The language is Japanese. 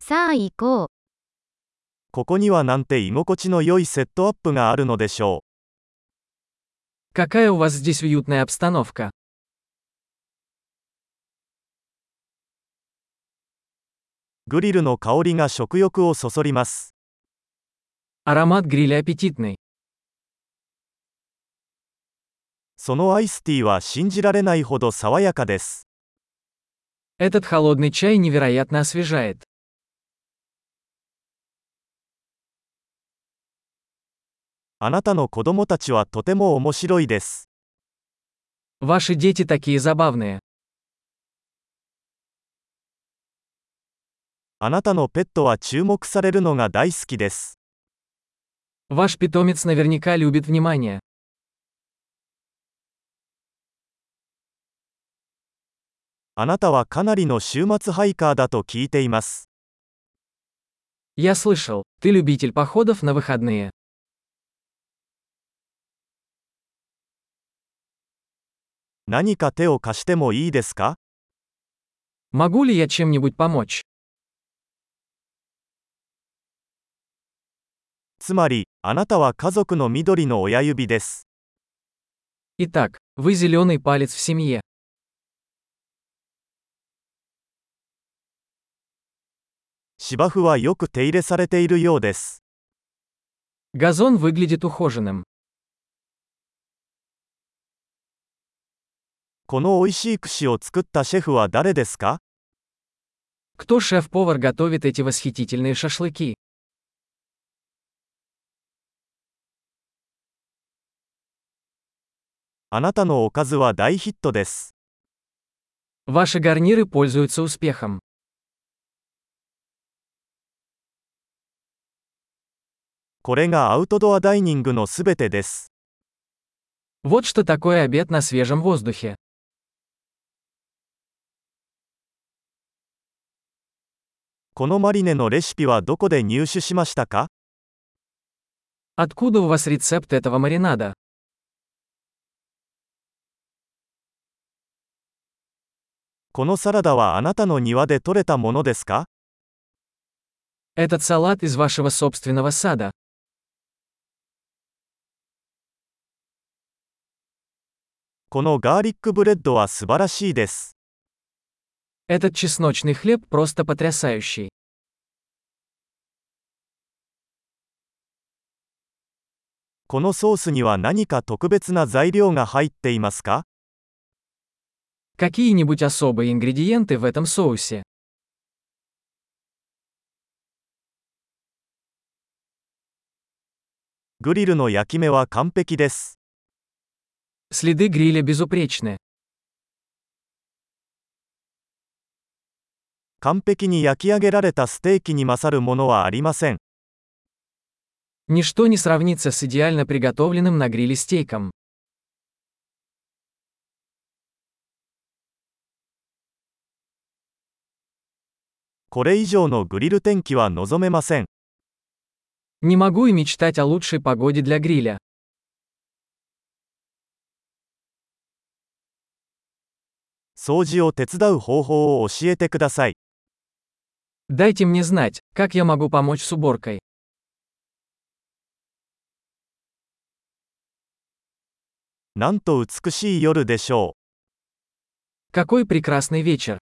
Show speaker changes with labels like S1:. S1: さあ行こう。
S2: ここにはなんて居心地の良いセットアップがあるのでしょ
S3: Какая у вас здесь уютная обстановка.
S2: う。グリルの香りが食欲をそそります。
S3: Аромат гриля аппетитный.
S2: そのアイスティーは信じられないほど爽やかです。
S3: Этот холодный чай невероятно освежает.
S2: あなたの子供たちはとても面白いです。
S3: Ваши дети такие забавные.
S2: あなたのペットは注目されるのが大好きです。
S3: Ваш питомец наверняка любит внимание.
S2: あなたはかなりの週末ハイカーだと聞いています。
S3: Я слышал, ты любитель походов на выходные.
S2: 何か手を貸してもいいですか
S3: Могу ли я чем-нибудь помочь?
S2: つまり、あなたは家族の緑の親指です。
S3: Итак, вы зеленый палец в семье.
S2: 芝生はよく手入れされているようです。
S3: Газон выглядит ухоженным.
S2: この美味しい串を作ったシェフは誰ですか
S3: Кто шеф-повар готовит эти восхитительные шашлыки?
S2: あなたのおかずは大ヒットです。
S3: Ваши гарниры пользуются успехом.
S2: これがアウトドアダイニングのすべてです。
S3: Вот что такое обед на свежем воздухе.
S2: このマリネのレシピはどこで入手しましたか
S3: Откуда у вас рецепт этого маринада?
S2: このサラダはあなたの庭で採れたものですか
S3: Этот салат из вашего собственного сада.
S2: このガーリックブレッドは素晴らしいです。
S3: Этот чесночный хлеб просто потрясающий.
S2: このソースには何か特別な材料が入っていますか
S3: Какие-нибудь особые ингредиенты в этом соусе?
S2: グリルの焼き目は完璧です。
S3: Следы гриля безупречны.
S2: 完璧に焼き上げられたステーキに勝るものはありません。
S3: Ничто не сравнится с идеально приготовленным на гриле стейком.
S2: これ以上のグリル天気は望めません。
S3: Не могу и мечтать о лучшей погоде для гриля.
S2: 掃除を手伝う方法を教えてください。
S3: Дайте мне знать, как я могу помочь с уборкой.
S2: なんと美しい夜でしょう。
S3: Какой прекрасный вечер.